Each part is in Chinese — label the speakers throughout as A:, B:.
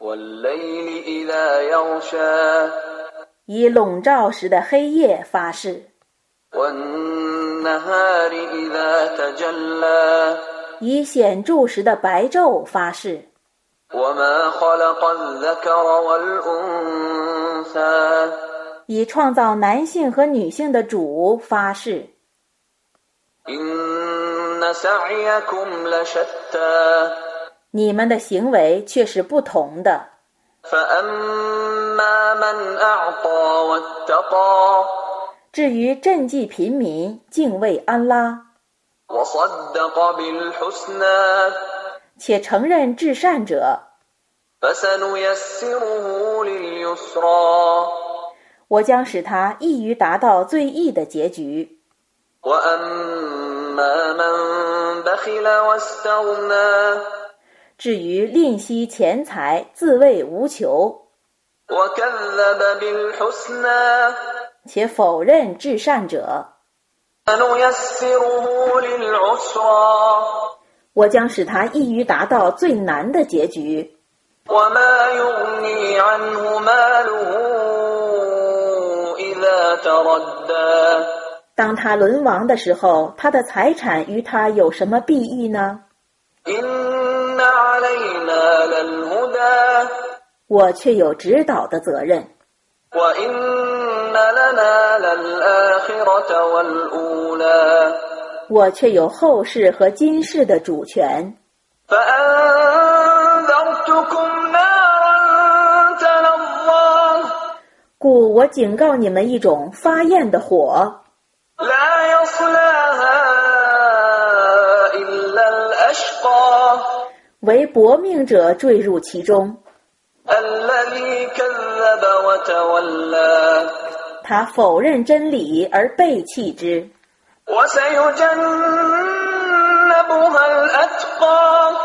A: والليل إذا يغشى
B: 以笼罩时的黑夜发誓，
A: والنهار إذا تجلى
B: 以显著时的白昼发誓，
A: وما خلق الذكر والأنثى
B: 以创造男性和女性的主发誓。
A: إن سعيكم لشتى
B: 你们的行为却是不同的。
A: فأما من أعطى واتقى
B: 至于赈济贫民、敬畏安拉，
A: وصدق بالحسنى
B: 且承认至善者，
A: فسنيسره لليسرى
B: 我将使他易于达到最易的结局。
A: وأما من بخل واستغنى
B: 至于吝惜钱财、自卫无求，
A: وكذب بالحسنى
B: 且否认至善者，
A: فنيسره للعسرى
B: 我将使他易于达到最难的结局。
A: وما يغني عنه ماله إذا تردى
B: 当他沦亡的时候，他的财产与他有什么裨益呢？
A: إن علينا للهدى
B: 我却有指导的责任。
A: وإن لنا للآخرة والأولى
B: 我却有后世和今世的主权。
A: فأنذرتكم نارا تلظى
B: 故我警告你们一种发焰的火，
A: لا يصلاها إلا الأشقى
B: 为薄命者坠入其中。
A: الذي كذب وتولى
B: 他否认真理而背弃之，
A: وسيجنبها الأتقى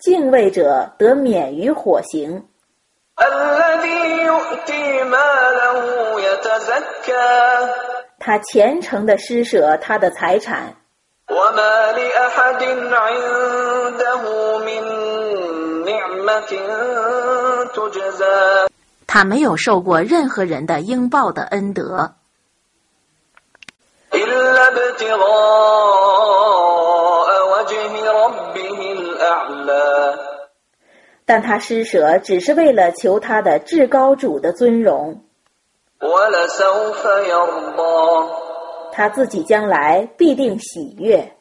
B: 敬畏者得免于火刑。
A: الذي يؤتي ماله يتزكى
B: 他虔诚地施舍他的财产，
A: وما لأحد عنده من نعمة تجزى
B: 他没有受过任何人的应报的恩德，
A: إلا ابتغاء وجه ربه الأعلى
B: 但他施舍只是为了求他的至高主的尊荣。
A: ولسوف يرضى
B: 他自己将来必定喜悦。